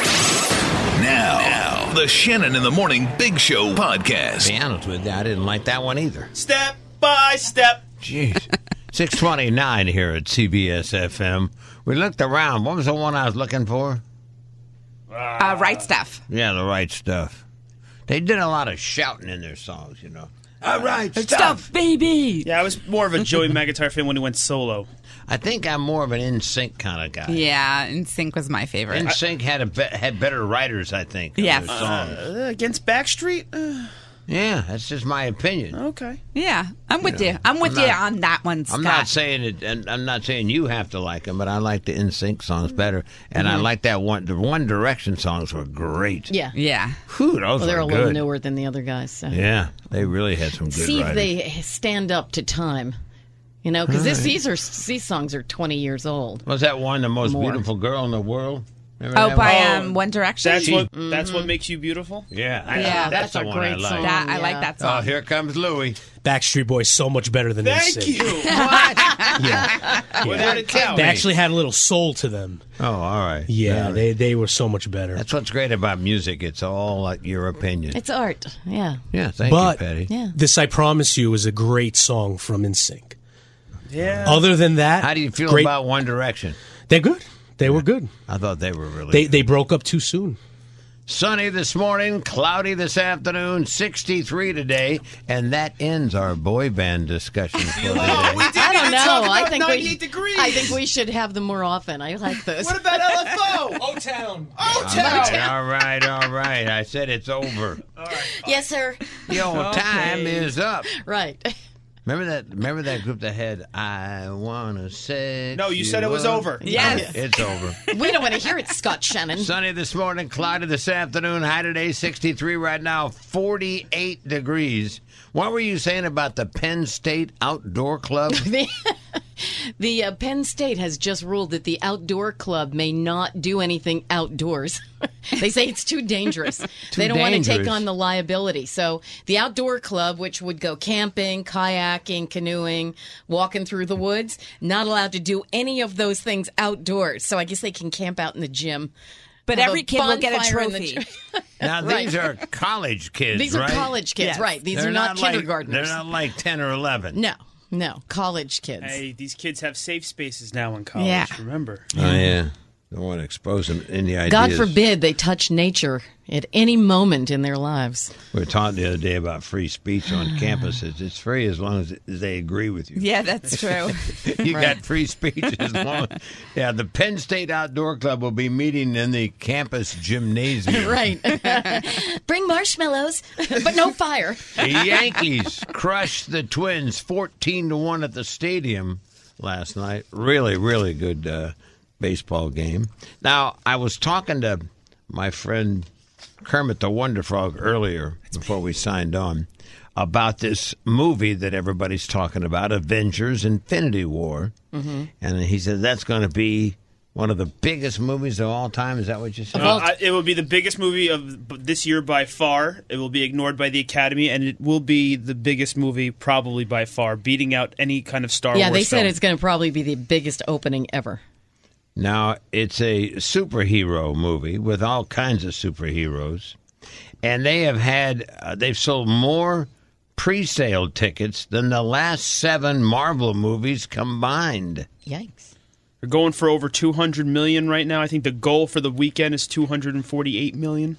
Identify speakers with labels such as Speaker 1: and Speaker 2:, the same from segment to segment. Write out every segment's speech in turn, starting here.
Speaker 1: Now, now, the Shannon in the Morning Big Show podcast.
Speaker 2: be honest with you, I didn't like that one either.
Speaker 3: step by step.
Speaker 2: Jeez. 629 here at CBS FM. We looked around. What was the one I was looking for?
Speaker 4: Uh, right stuff.
Speaker 2: Yeah, the right stuff. They did a lot of shouting in their songs, you know. All right, stuff.
Speaker 4: baby.
Speaker 3: Yeah, I was more of a Joey McIntyre fan when he went solo.
Speaker 2: I think I'm more of an in sync kind of guy.
Speaker 4: Yeah, and Sync was my favorite.
Speaker 2: In sync had a be- had better writers, I think. on
Speaker 4: Yes.
Speaker 2: their songs.
Speaker 3: Uh, against Backstreet? Uh,
Speaker 2: yeah, that's just my opinion.
Speaker 5: Oh,
Speaker 3: okay.
Speaker 4: yeah, I'm with you. I'm with you on that one, Scott.
Speaker 2: I'm not saying it. and I'm not saying you have to like them, but I like the In Sync songs better, and I like that one. The One Direction songs were great.
Speaker 5: Mm-hmm. Yeah.
Speaker 4: yeah,
Speaker 2: Whew, those
Speaker 5: Well, they're
Speaker 2: were
Speaker 5: a little
Speaker 2: good.
Speaker 5: newer than the other guys. So.
Speaker 2: Yeah, they really had some good
Speaker 5: See if
Speaker 2: writers.
Speaker 5: they stand up to time. You know, because these are these songs are twenty years old.
Speaker 2: Was that one the most
Speaker 5: More.
Speaker 2: beautiful girl in the world? Remember
Speaker 4: Oh,
Speaker 2: that
Speaker 4: by
Speaker 2: one?
Speaker 4: um, One Direction.
Speaker 3: That's what that's what makes you beautiful?
Speaker 2: Mm-hmm. yeah, I-
Speaker 4: Yeah,
Speaker 5: that's
Speaker 2: that's, the
Speaker 5: a
Speaker 2: one I
Speaker 5: great
Speaker 2: like.
Speaker 5: song.
Speaker 4: that I
Speaker 5: Yeah.
Speaker 4: like that song.
Speaker 2: Oh, here comes Louis.
Speaker 6: Backstreet Boys so much better than
Speaker 3: Thank
Speaker 6: NSYNC.
Speaker 3: you.
Speaker 6: Yeah.
Speaker 5: Uh,
Speaker 3: Without a doubt.
Speaker 6: They actually had a little soul to them.
Speaker 2: Oh, all right.
Speaker 6: Yeah,
Speaker 2: Very-
Speaker 6: they they were so much better.
Speaker 2: that's what's great about music. It's all like your opinion.
Speaker 5: It's art. Yeah.
Speaker 2: yeah, thank
Speaker 6: but
Speaker 2: you, Patty.
Speaker 5: Yeah.
Speaker 6: this I promise you is a great song from NSYNC.
Speaker 3: Yeah.
Speaker 6: Other than that,
Speaker 2: How do you feel
Speaker 6: great-
Speaker 2: about One Direction?
Speaker 6: They're good. They were good.
Speaker 2: I thought they were really
Speaker 6: They
Speaker 2: good.
Speaker 6: they broke up too soon.
Speaker 2: sunny this morning, cloudy this afternoon, 63 today, and that ends our boy band discussion for today.
Speaker 3: we didn't
Speaker 5: I don't
Speaker 3: even
Speaker 5: know.
Speaker 3: talk about
Speaker 5: I think
Speaker 3: 98
Speaker 5: we.
Speaker 3: degrees.
Speaker 5: I think we should have them more often. I like those.
Speaker 3: What about LFO?
Speaker 6: O Town.
Speaker 3: Oh,
Speaker 2: all
Speaker 3: tell.
Speaker 2: right, all right, all right. I said it's over.
Speaker 5: yes, sir.
Speaker 2: Your time is up.
Speaker 5: Right.
Speaker 2: Remember that? Remember that group that had "I Wanna Say"?
Speaker 3: No, you said it was over.
Speaker 4: Yes.
Speaker 2: It's over.
Speaker 5: We don't want to hear it, Scott Shannon.
Speaker 2: Sunny this morning, cloudy this afternoon. High today, sixty-three. Right now, forty-eight degrees. What were you saying about the Penn State Outdoor Club?
Speaker 5: The uh, Penn State has just ruled that the outdoor club may not do anything outdoors. they say it's too dangerous. they don't want to
Speaker 2: dangerous.
Speaker 5: take on the liability. So the outdoor club, which would go camping, kayaking, canoeing, walking through the woods, not allowed to do any of those things outdoors. So I guess they can camp out in the gym.
Speaker 4: but
Speaker 5: Have
Speaker 4: every kid will get a
Speaker 5: bonfire in the
Speaker 4: trophy.
Speaker 5: gym.
Speaker 2: Now
Speaker 5: Right.
Speaker 2: these are college kids.
Speaker 5: These are
Speaker 2: right?
Speaker 5: college kids,
Speaker 4: Yes.
Speaker 5: right? These
Speaker 2: They're
Speaker 5: are not,
Speaker 2: like-
Speaker 5: kindergartners.
Speaker 2: they're not like ten or eleven.
Speaker 5: No, no, college kids.
Speaker 3: Hey, these kids have safe spaces now in college.
Speaker 5: Yeah.
Speaker 3: Remember.
Speaker 2: Oh yeah. Don't want to expose them to any ideas.
Speaker 5: God forbid they touch nature at any moment in their lives.
Speaker 2: We were talking the other day about free speech on campuses. It's free as long as they agree with you.
Speaker 4: Yeah, that's true.
Speaker 2: you got free speech as long. yeah, the Penn State Outdoor Club will be meeting in the campus gymnasium.
Speaker 5: Right. Bring marshmallows, but no fire.
Speaker 2: The Yankees crushed the Twins fourteen to one at the stadium last night. Really, really good uh, baseball game. Now I was talking to my friend Kermit the Wonder Frog earlier before we signed on about this movie that everybody's talking about, Avengers: Infinity War, and he said that's going to be one of the biggest movies of all time. Is that what you said?
Speaker 3: Uh, I- it will be the biggest movie of b- this year by far. It will be ignored by the Academy, and it will be the biggest movie probably by far, beating out any kind of Star
Speaker 5: Yeah,
Speaker 3: Wars.
Speaker 5: they said
Speaker 3: film.
Speaker 5: it's going to probably be the biggest opening ever.
Speaker 2: Now, it's a superhero movie with all kinds of superheroes, and they have had uh, they've sold more pre-sale tickets than the last 7 Marvel movies combined.
Speaker 5: Yikes.
Speaker 3: They're going for over 200 million right now. I think the goal for the weekend is 248 million.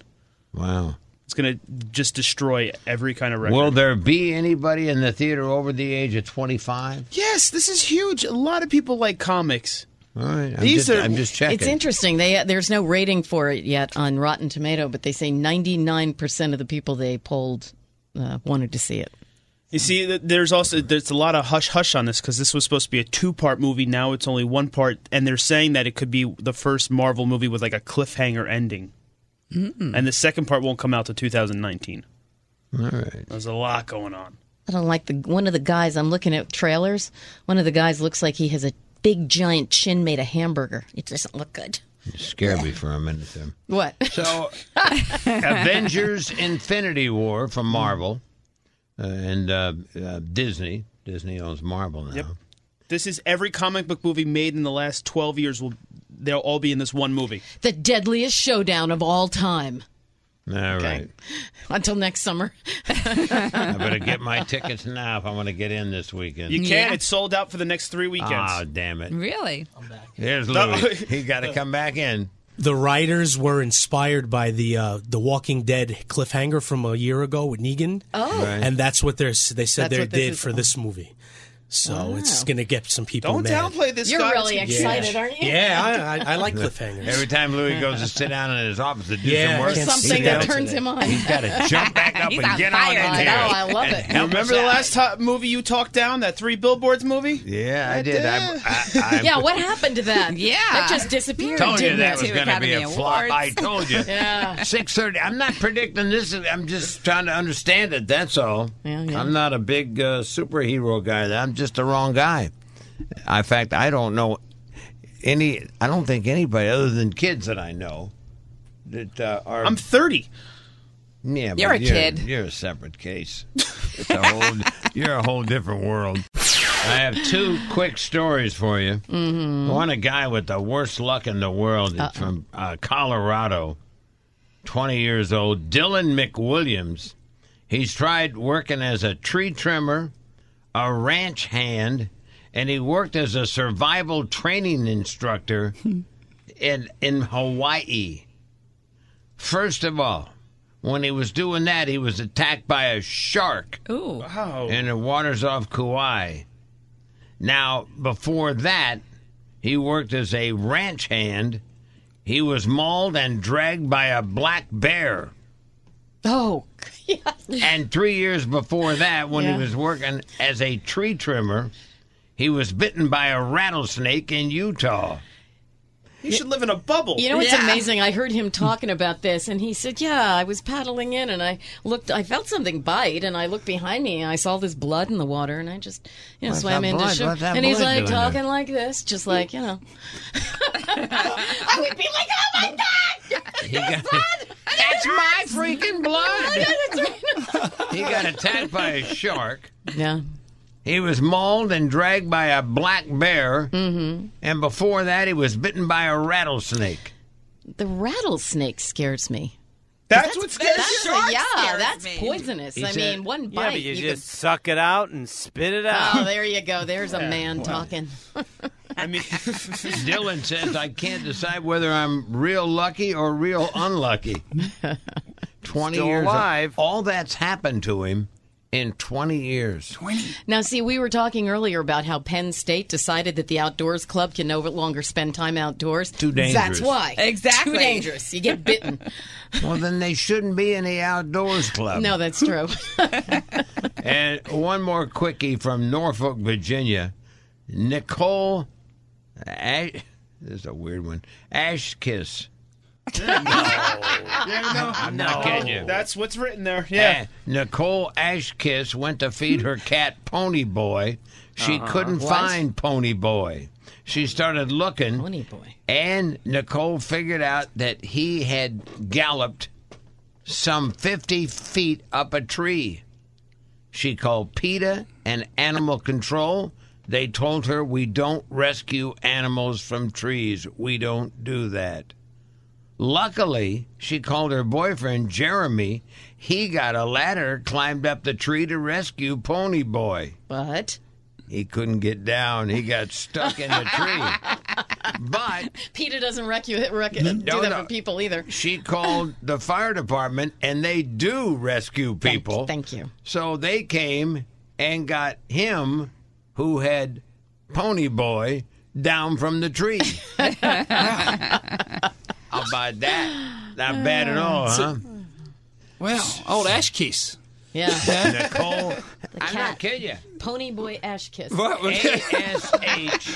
Speaker 2: Wow.
Speaker 3: It's going to just destroy every kind of record.
Speaker 2: Will there be anybody in the theater over the age of 25?
Speaker 3: yes, this is huge. A lot of people like comics.
Speaker 2: All right. I'm
Speaker 3: These
Speaker 2: just,
Speaker 3: are-
Speaker 2: I'm just checking.
Speaker 5: It's interesting. They uh, there's no rating for it yet on Rotten Tomato, but they say 99% of the people they polled uh, wanted to see it.
Speaker 3: You see, th- there's also there's a lot of hush hush on this because this was supposed to be a two part movie. Now it's only one part, and they're saying that it could be the first Marvel movie with like a cliffhanger ending, and the second part won't come out till 2019.
Speaker 2: All right.
Speaker 3: There's a lot going on.
Speaker 5: I don't like the one of the guys. I'm looking at trailers. One of the guys looks like he has a big giant chin made of hamburger. It doesn't look good.
Speaker 2: You scared me for a minute there.
Speaker 5: What?
Speaker 2: So, Avengers: Infinity War from Marvel uh, and uh, uh, Disney. Disney owns Marvel now.
Speaker 3: Yep. This is every comic book movie made in the last 12 years. Will they'll all be in this one movie?
Speaker 5: the deadliest showdown of all time.
Speaker 2: All right.
Speaker 5: Until next summer.
Speaker 2: I better get my tickets now if I want to get in this weekend.
Speaker 3: You can.
Speaker 4: Yeah.
Speaker 3: It's sold out for the next three weekends.
Speaker 2: Ah, damn it.
Speaker 4: Really?
Speaker 2: There's Louis. He got to come back in.
Speaker 6: The writers were inspired by the uh, the Walking Dead cliffhanger from a year ago with Negan. Oh,
Speaker 2: Right.
Speaker 6: and that's what they're s- they said
Speaker 5: That's
Speaker 6: they
Speaker 5: what this
Speaker 6: did
Speaker 5: is-
Speaker 6: for this movie. So it's gonna get some people
Speaker 3: Don't
Speaker 6: mad.
Speaker 3: downplay this.
Speaker 5: You're
Speaker 3: guy.
Speaker 5: really
Speaker 3: It's-
Speaker 5: excited, aren't you?
Speaker 6: Yeah, I, I, I like cliffhangers.
Speaker 2: Every time Louis goes to sit down in his office to do
Speaker 6: Yeah,
Speaker 2: some
Speaker 6: I
Speaker 2: work,
Speaker 6: can't
Speaker 2: he's
Speaker 5: Something
Speaker 6: sit
Speaker 5: that
Speaker 2: gotta-
Speaker 6: down
Speaker 5: turns him on.
Speaker 2: He's got to jump back up
Speaker 4: He's
Speaker 2: and
Speaker 4: on
Speaker 2: get on
Speaker 4: fire.
Speaker 2: in
Speaker 5: I
Speaker 2: here.
Speaker 5: know. I love it.
Speaker 2: And help
Speaker 3: Remember
Speaker 2: us
Speaker 3: the
Speaker 2: out.
Speaker 3: last top movie you talked down? That three billboards movie?
Speaker 2: Yeah, I did. I, I, I
Speaker 5: Yeah, what happened to that?
Speaker 4: Yeah.
Speaker 5: That just disappeared.
Speaker 2: told you
Speaker 5: didn't
Speaker 2: that
Speaker 5: it?
Speaker 2: was
Speaker 4: Two
Speaker 2: going to be a
Speaker 4: Academy
Speaker 2: flop.
Speaker 4: Awards.
Speaker 2: I told you. yeah. Six thirty. I'm not predicting this. I'm just trying to understand it. That's all.
Speaker 5: Yeah, yeah.
Speaker 2: I'm not a big uh, superhero guy. I'm just the wrong guy. In fact, I don't know any. I don't think anybody other than kids that I know that uh, are.
Speaker 3: I'm 30.
Speaker 2: yeah, but
Speaker 4: You're a kid.
Speaker 2: You're a separate case. It's a whole, you're a whole different world. I have two quick stories for you.
Speaker 4: Mm-hmm.
Speaker 2: One, a guy with the worst luck in the world He's from uh, Colorado, 20 years old, Dylan McWilliams. He's tried working as a tree trimmer, a ranch hand, and he worked as a survival training instructor in, in Hawaii. First of all, when he was doing that, he was attacked by a shark
Speaker 4: Ooh.
Speaker 2: in the waters off Kauai. Now, before that, he worked as a ranch hand. He was mauled and dragged by a black bear.
Speaker 5: Oh,
Speaker 2: And three years before that, when
Speaker 5: Yeah.
Speaker 2: he was working as a tree trimmer, he was bitten by a rattlesnake in Utah.
Speaker 3: You should live in a bubble.
Speaker 5: You know what's
Speaker 4: Yeah.
Speaker 5: amazing? I heard him talking about this, and he said, "Yeah, I was paddling in, and I looked. I felt something bite, and I looked behind me, and I saw this blood in the water, and I just, you know,
Speaker 2: What's
Speaker 5: swam
Speaker 2: that
Speaker 5: into
Speaker 2: blood?
Speaker 5: shore.
Speaker 2: What's that
Speaker 5: And he's
Speaker 2: blood
Speaker 5: like
Speaker 2: doing there?
Speaker 5: talking like this, just like you know. I would be like, "Oh my god,
Speaker 2: He got, That's my freaking blood!
Speaker 5: that's right."
Speaker 2: he got attacked by a shark.
Speaker 5: yeah,
Speaker 2: He was mauled and dragged by a black bear. Mm-hmm. And before that, he was bitten by a rattlesnake.
Speaker 5: the rattlesnake scares me.
Speaker 3: that's, what's good.
Speaker 5: That's
Speaker 4: shark
Speaker 5: yeah,
Speaker 4: scares
Speaker 5: that's
Speaker 4: me.
Speaker 5: poisonous. I
Speaker 2: said-
Speaker 5: mean, one bite.
Speaker 7: Yeah, but you,
Speaker 5: you
Speaker 7: just suck it out and spit it
Speaker 5: could-
Speaker 7: out.
Speaker 5: oh, there you go. There's a man talking.
Speaker 3: I mean,
Speaker 2: Dylan says, I can't decide whether I'm real lucky or real unlucky. 20
Speaker 7: Still
Speaker 2: years
Speaker 7: alive.
Speaker 2: All that's happened to him in 20 years.
Speaker 5: Now, see, we were talking earlier about how Penn State decided that the outdoors club can no longer spend time outdoors.
Speaker 2: Too dangerous.
Speaker 5: That's why.
Speaker 4: Exactly.
Speaker 5: Too dangerous. You get bitten.
Speaker 2: Well, then they shouldn't be in the outdoors club.
Speaker 5: no, that's true.
Speaker 2: And one more quickie from Norfolk, Virginia. Nicole Ash, this is a weird one. Ashkiss. I'm not kidding you. Eh.
Speaker 3: that's what's written there.
Speaker 2: Yeah.
Speaker 3: Yeah.
Speaker 2: Nicole Ashkiss went to feed her cat Pony Boy. She couldn't find Pony Boy. She started looking.
Speaker 5: Pony Boy.
Speaker 2: And Nicole figured out that he had galloped some 50 feet up a tree. She called PETA and Animal Control. They told her, We don't rescue animals from trees. We don't do that. Luckily, she called her boyfriend, Jeremy. He got a ladder, climbed up the tree to rescue Pony Boy.
Speaker 5: But
Speaker 2: He couldn't get down, he got stuck in the tree. But
Speaker 5: PETA doesn't rec- rec- do
Speaker 2: No,
Speaker 5: that
Speaker 2: no.
Speaker 5: for people either.
Speaker 2: she called the fire department, and they do rescue people.
Speaker 5: thank you.
Speaker 2: So they came and got him, who had Pony Boy, down from the tree. How about that? Not bad at all, huh?
Speaker 8: Well, old Ashkiss.
Speaker 5: Yeah.
Speaker 2: Nicole,
Speaker 5: The
Speaker 2: I'm
Speaker 5: cat.
Speaker 2: not kidding you.
Speaker 5: Pony boy ash kiss.
Speaker 8: What? was-
Speaker 2: A-S-H.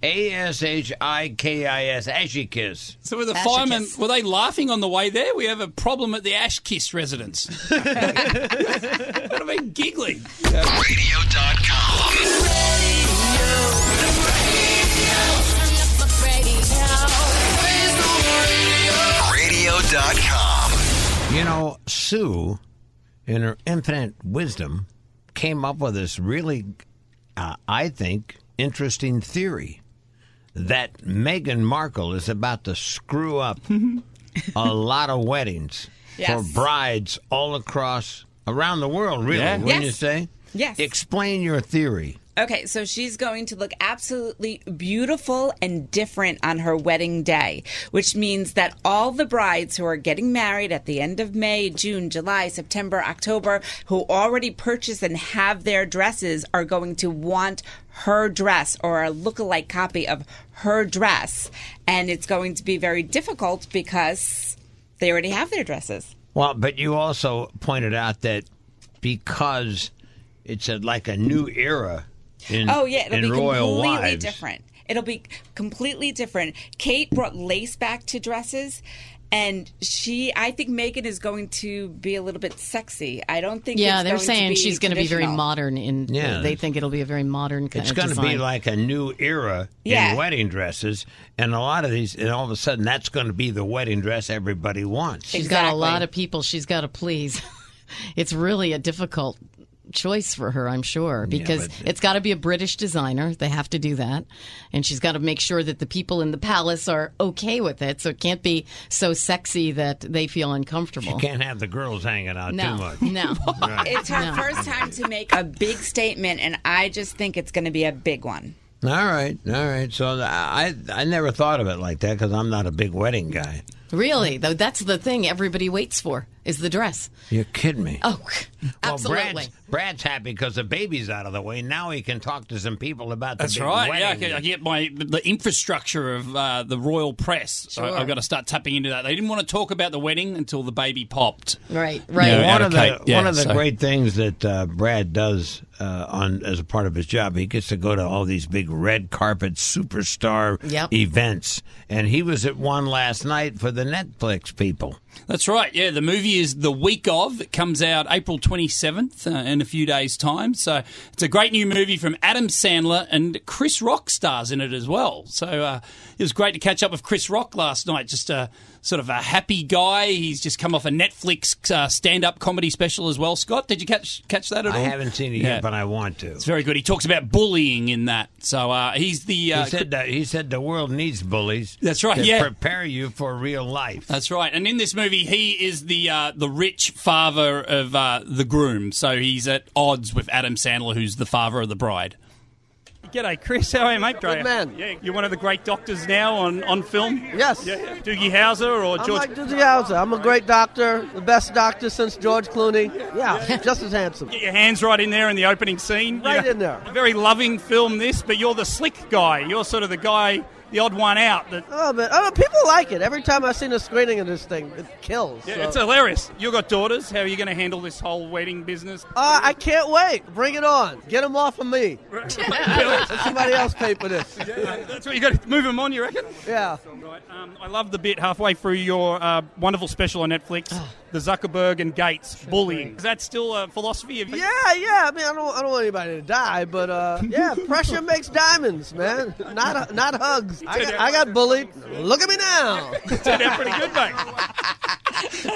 Speaker 2: A-S-H-I-K-I-S. Ashikis.
Speaker 8: So were the
Speaker 5: Ash
Speaker 8: firemen?
Speaker 5: kiss.
Speaker 8: Were they laughing on the way there? We have a problem at the Ash Kiss residence. Would have been giggling.
Speaker 1: Radio.com. Radio.com.
Speaker 2: You know, Sue, in her infinite wisdom, came up with this really, uh, I think, interesting theory that Meghan Markle is about to screw up a lot of weddings
Speaker 4: Yes.
Speaker 2: for brides all across, around the world, really,
Speaker 8: Yeah.
Speaker 2: wouldn't you
Speaker 4: Yes.
Speaker 2: say?
Speaker 4: Yes.
Speaker 2: Explain your theory.
Speaker 4: Okay, so she's going to look absolutely beautiful and different on her wedding day, which means that all the brides who are getting married at the end of May, June, July, September, October, who already purchased and have their dresses are going to want her dress or a lookalike copy of her dress. And it's going to be very difficult because they already have their dresses.
Speaker 2: Well, but you also pointed out that because it's a, like a new era in
Speaker 4: Oh yeah, it'll
Speaker 2: in
Speaker 4: be
Speaker 2: royal
Speaker 4: completely
Speaker 2: wives.
Speaker 4: different. It'll be completely different. Kate brought lace back to dresses. And she, I think Megan is going to be a little bit sexy. I don't think.
Speaker 5: Yeah,
Speaker 4: it's
Speaker 5: they're
Speaker 4: going
Speaker 5: saying
Speaker 4: to be
Speaker 5: she's going to be very
Speaker 4: traditional.
Speaker 5: modern. In
Speaker 2: Yeah.
Speaker 5: they think it'll be a very modern kind
Speaker 2: It's
Speaker 5: of
Speaker 2: going to be
Speaker 5: design.
Speaker 2: like a new era
Speaker 4: Yeah.
Speaker 2: in wedding dresses, and a lot of these, and all of a sudden, that's going to be the wedding dress everybody wants.
Speaker 5: She's got a
Speaker 4: Exactly.
Speaker 5: lot of people she's got to please. it's really a difficult choice for her, I'm sure, because
Speaker 2: but-
Speaker 5: it's got to be a British designer. They have to do that. And she's got to make sure that the people in the palace are okay with it. So it can't be so sexy that they feel uncomfortable.
Speaker 2: You can't have the girls hanging out
Speaker 5: no,
Speaker 2: too much.
Speaker 5: no.
Speaker 4: It's her first time to make a big statement, and I just think it's going to be a big one.
Speaker 2: All right, all right. So th- I I never thought of it like that because I'm not a big wedding guy.
Speaker 5: Really, though, that's the thing everybody waits for is the dress.
Speaker 2: You're kidding me.
Speaker 5: Oh, absolutely.
Speaker 2: Brad's, Brad's happy because the baby's out of the way. Now he can talk to some people about the
Speaker 8: That's
Speaker 2: big
Speaker 8: right. Yeah, I
Speaker 2: wedding.
Speaker 8: can- I get my the infrastructure of uh, the royal press. I,
Speaker 5: Sure.
Speaker 8: I've got to start tapping into that. They didn't want to talk about the wedding until the baby popped.
Speaker 5: Right, right.
Speaker 8: Yeah.
Speaker 2: one of the
Speaker 8: Advocate, yeah,
Speaker 2: one of the
Speaker 8: so-
Speaker 2: great things that uh, Brad does uh, on as a part of his job, he gets to go to all these big red carpet superstar
Speaker 5: Yep.
Speaker 2: events, and he was at one last night for the Netflix people.
Speaker 8: That's right. Yeah, the movie is the week of. It comes out April 27th uh, in a few days' time. So it's a great new movie from Adam Sandler and Chris Rock stars in it as well. So uh, it was great to catch up with Chris Rock last night. Just a sort of a happy guy. He's just come off a Netflix uh, stand-up comedy special as well. Scott, did you catch catch that at
Speaker 2: I
Speaker 8: all?
Speaker 2: haven't seen it
Speaker 8: Yeah.
Speaker 2: yet, but I want to.
Speaker 8: It's very good. He talks about bullying in that. So uh, he's the uh,
Speaker 2: He said that he said the world needs bullies.
Speaker 8: That's right,
Speaker 2: To
Speaker 8: yeah.
Speaker 2: prepare you for real life.
Speaker 8: That's right. And in this movie, he is the uh, the rich father of uh, the groom. So he's at odds with Adam Sandler, who's the father of the bride.
Speaker 9: G'day, Chris. How are you, mate? Good man. Yeah, you're one of the great doctors now on, on film. Yes. Yeah, yeah. Doogie Howser or George. I'm like Doogie Howser. I'm a great doctor, the best doctor since George Clooney. Yeah, just as handsome. Get your hands right in there in the opening scene. Right in there. Very loving film, this, but you're the slick guy. You're sort of the guy, the odd one out. That, oh, but oh, people like it. Every time I've seen a screening of this thing, it kills. Yeah, It's hilarious. You've got daughters. How are you going to handle this whole wedding business? Uh, I can't wait. Bring it on. Get them off of me. somebody else pay for this. that's what you got to move them on. You reckon? Yeah. Um, I love the bit halfway through your uh, wonderful special on Netflix, the Zuckerberg and Gates bullying. Is that still a philosophy? Of yeah, yeah. I mean, I don't, I don't want anybody to die, but uh, yeah, pressure makes diamonds, man. Not, not hugs. I got, I got bullied. Look at me now. Turned out pretty good, mate.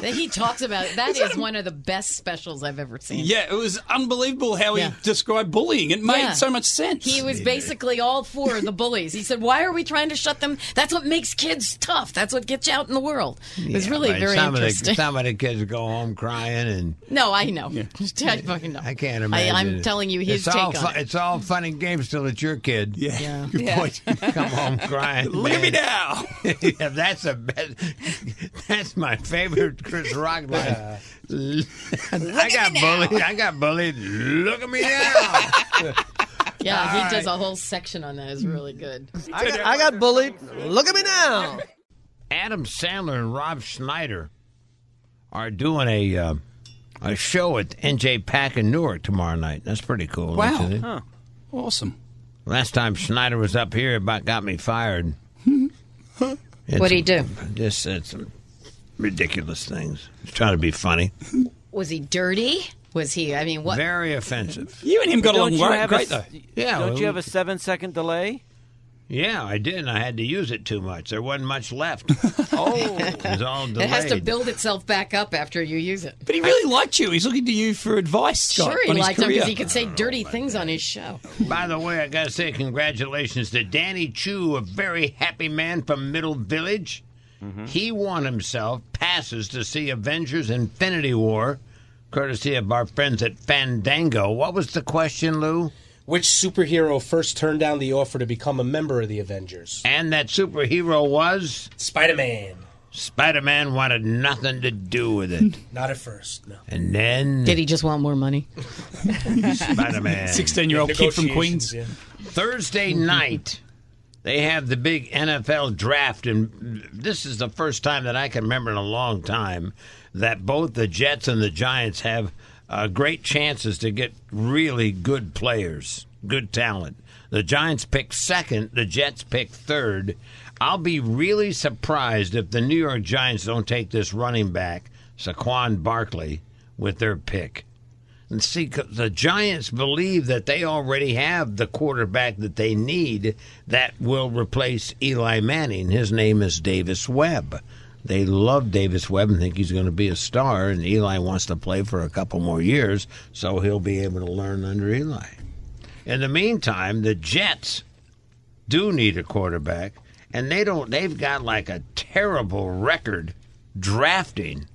Speaker 5: That he talks about that is one of the best specials I've ever seen.
Speaker 8: Yeah, it was unbelievable how
Speaker 5: Yeah.
Speaker 8: he described bullying. It made
Speaker 5: Yeah.
Speaker 8: so much sense.
Speaker 5: He was basically all for the bullies. He said, "Why are we trying to shut them? That's what makes kids tough. That's what gets you out in the world." It was really
Speaker 2: Right,
Speaker 5: very
Speaker 2: some Of the,
Speaker 5: interesting.
Speaker 2: some of the kids go home crying, and
Speaker 5: no, I know. I fucking know.
Speaker 2: I can't imagine.
Speaker 5: I, am
Speaker 2: it.
Speaker 5: telling you his
Speaker 2: it's
Speaker 5: take
Speaker 2: all
Speaker 5: on
Speaker 2: fu-
Speaker 5: it.
Speaker 2: It's all fun and games till it's your kid. Yeah,
Speaker 5: Yeah.
Speaker 2: good point. Come home crying.
Speaker 8: Look at me
Speaker 2: man.
Speaker 8: now.
Speaker 2: yeah, that's a best. That's my favorite Chris Rock line. I got bullied. I got bullied. Look at me now.
Speaker 5: Yeah, he does a whole section on that. Is really good.
Speaker 9: I got, I got bullied. Look at me now.
Speaker 2: Adam Sandler and Rob Schneider are doing a uh, a show at NJ Pack in Newark tomorrow night. That's pretty cool.
Speaker 8: Wow.
Speaker 2: isn't it?
Speaker 8: Huh. Awesome.
Speaker 2: Last time Schneider was up here, it about got me fired.
Speaker 5: What'd he do?
Speaker 2: Just said some ridiculous things. Just trying to be funny.
Speaker 5: Was he dirty? Was he? I mean, what?
Speaker 2: Very offensive.
Speaker 8: You and him got
Speaker 7: Don't
Speaker 8: along
Speaker 7: you
Speaker 8: right,
Speaker 7: have
Speaker 8: great,
Speaker 7: a,
Speaker 8: though.
Speaker 2: Yeah,
Speaker 7: Don't
Speaker 2: well,
Speaker 7: you have a seven second delay?
Speaker 2: Yeah, I did, and I had to use it too much. There wasn't much left.
Speaker 7: Oh,
Speaker 2: It was all delayed.
Speaker 5: It has to build itself back up after you use it.
Speaker 8: But he really liked you. He's looking to you for advice, Scott.
Speaker 5: sure, he
Speaker 8: on his
Speaker 5: liked him
Speaker 8: career.
Speaker 5: because he could say
Speaker 2: Oh
Speaker 5: dirty things on his show.
Speaker 2: By the way, I gotta say congratulations to Danny Chu, a very happy man from Middle Village. He won himself passes to see Avengers Infinity War, courtesy of our friends at Fandango. What was the question, Lou?
Speaker 6: Which superhero first turned down the offer to become a member of the Avengers?
Speaker 2: And that superhero was
Speaker 6: Spider Man.
Speaker 2: Spider Man wanted nothing to do with it.
Speaker 6: Not at first, no.
Speaker 2: And then
Speaker 5: Did he just want more money?
Speaker 2: Spider Man
Speaker 8: 16 year old kid from Queens.
Speaker 6: Negotiations, yeah.
Speaker 2: Thursday night, they have the big NFL draft, and this is the first time that I can remember in a long time that both the Jets and the Giants have uh, great chances to get really good players, good talent. The Giants pick second, the Jets pick third. I'll be really surprised if the New York Giants don't take this running back, Saquon Barkley, with their pick. And see, 'cause the Giants believe that they already have the quarterback that they need that will replace Eli Manning. His name is Davis Webb. They love Davis Webb and think he's going to be a star, and Eli wants to play for a couple more years, so he'll be able to learn under Eli. In the meantime, the Jets do need a quarterback, and they don't. They've got like a terrible record drafting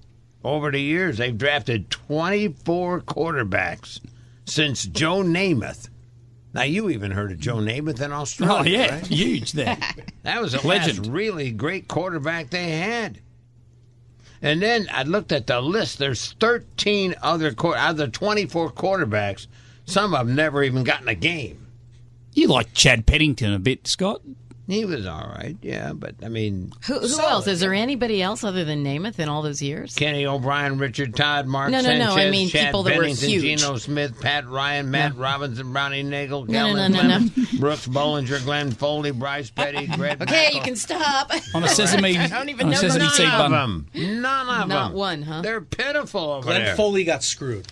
Speaker 2: over the years. They've drafted 24 quarterbacks since Joe Namath. Now you even heard of Joe Namath in
Speaker 8: Oh,
Speaker 2: Australia?
Speaker 8: yeah.
Speaker 2: right?
Speaker 8: Huge there.
Speaker 2: that was a
Speaker 8: Legend.
Speaker 2: legend. really great quarterback they had. And then I looked at the list. There's 13 other quar- out of the 24 quarterbacks. Some have never even gotten a game.
Speaker 8: you like Chad Peddington a bit, Scott.
Speaker 2: He was all right, yeah, but I mean,
Speaker 5: Who, who else? Is there anybody else other than Namath in all those years?
Speaker 2: Kenny O'Brien, Richard Todd, Mark
Speaker 5: No, no, no, I
Speaker 2: Sanchez,
Speaker 5: mean
Speaker 2: Chad
Speaker 5: people that were
Speaker 2: Bennington,
Speaker 5: huge.
Speaker 2: Geno Smith, Pat Ryan, Matt Robinson, Brownie Nagel,
Speaker 5: No, no,
Speaker 2: Calvin
Speaker 5: no, no,
Speaker 2: Clemens, Brooks Bollinger, Glenn Foley, Bryce Petty, Greg.
Speaker 5: Okay, you can stop.
Speaker 8: On a sesame,
Speaker 5: I don't even
Speaker 6: Oh,
Speaker 8: on a
Speaker 5: know
Speaker 8: sesame
Speaker 5: the
Speaker 8: seed
Speaker 5: name.
Speaker 2: None of
Speaker 8: bun.
Speaker 2: them. None of
Speaker 5: Not
Speaker 2: them.
Speaker 5: one, huh?
Speaker 2: They're pitiful over
Speaker 6: Glenn
Speaker 2: there.
Speaker 6: Foley got screwed.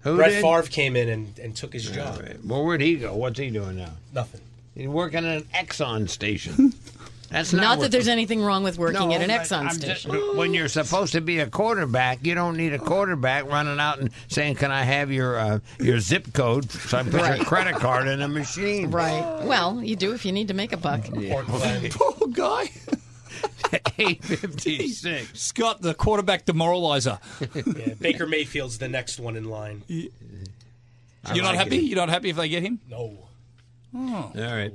Speaker 2: Who
Speaker 6: Brett
Speaker 2: did?
Speaker 6: Favre came in and, and took his job.
Speaker 2: Well, where'd he go? What's he doing now?
Speaker 6: Nothing.
Speaker 2: He's working at an Exxon station. That's not,
Speaker 5: Not
Speaker 2: what-
Speaker 5: that there's anything wrong with working
Speaker 2: No,
Speaker 5: at an
Speaker 2: but
Speaker 5: Exxon
Speaker 2: I'm just-
Speaker 5: station.
Speaker 2: when you're supposed to be a quarterback, you don't need a quarterback running out and saying, "Can I have your uh, your zip code so I can put your credit card in a machine?"
Speaker 5: Right. Well, you do if you need to make a buck.
Speaker 6: Poor Glenn.
Speaker 8: Poor guy.
Speaker 2: Eight fifty six.
Speaker 8: Scott, the quarterback demoralizer.
Speaker 6: Yeah, Baker Mayfield's the next one in line.
Speaker 8: You're not
Speaker 2: like
Speaker 8: happy?
Speaker 2: it.
Speaker 8: You're not happy if they get him?
Speaker 6: No.
Speaker 2: All right,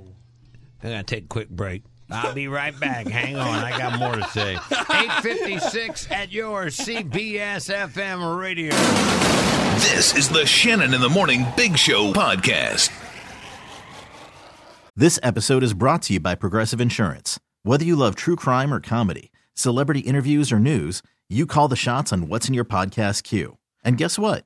Speaker 2: I gotta take a quick break. I'll be right back. Hang on, I got more to say. Eight fifty six at your CBS FM radio.
Speaker 1: This is the Shannon in the Morning Big Show podcast.
Speaker 10: This episode is brought to you by Progressive Insurance. Whether you love true crime or comedy, celebrity interviews or news, you call the shots on what's in your podcast queue. And guess what?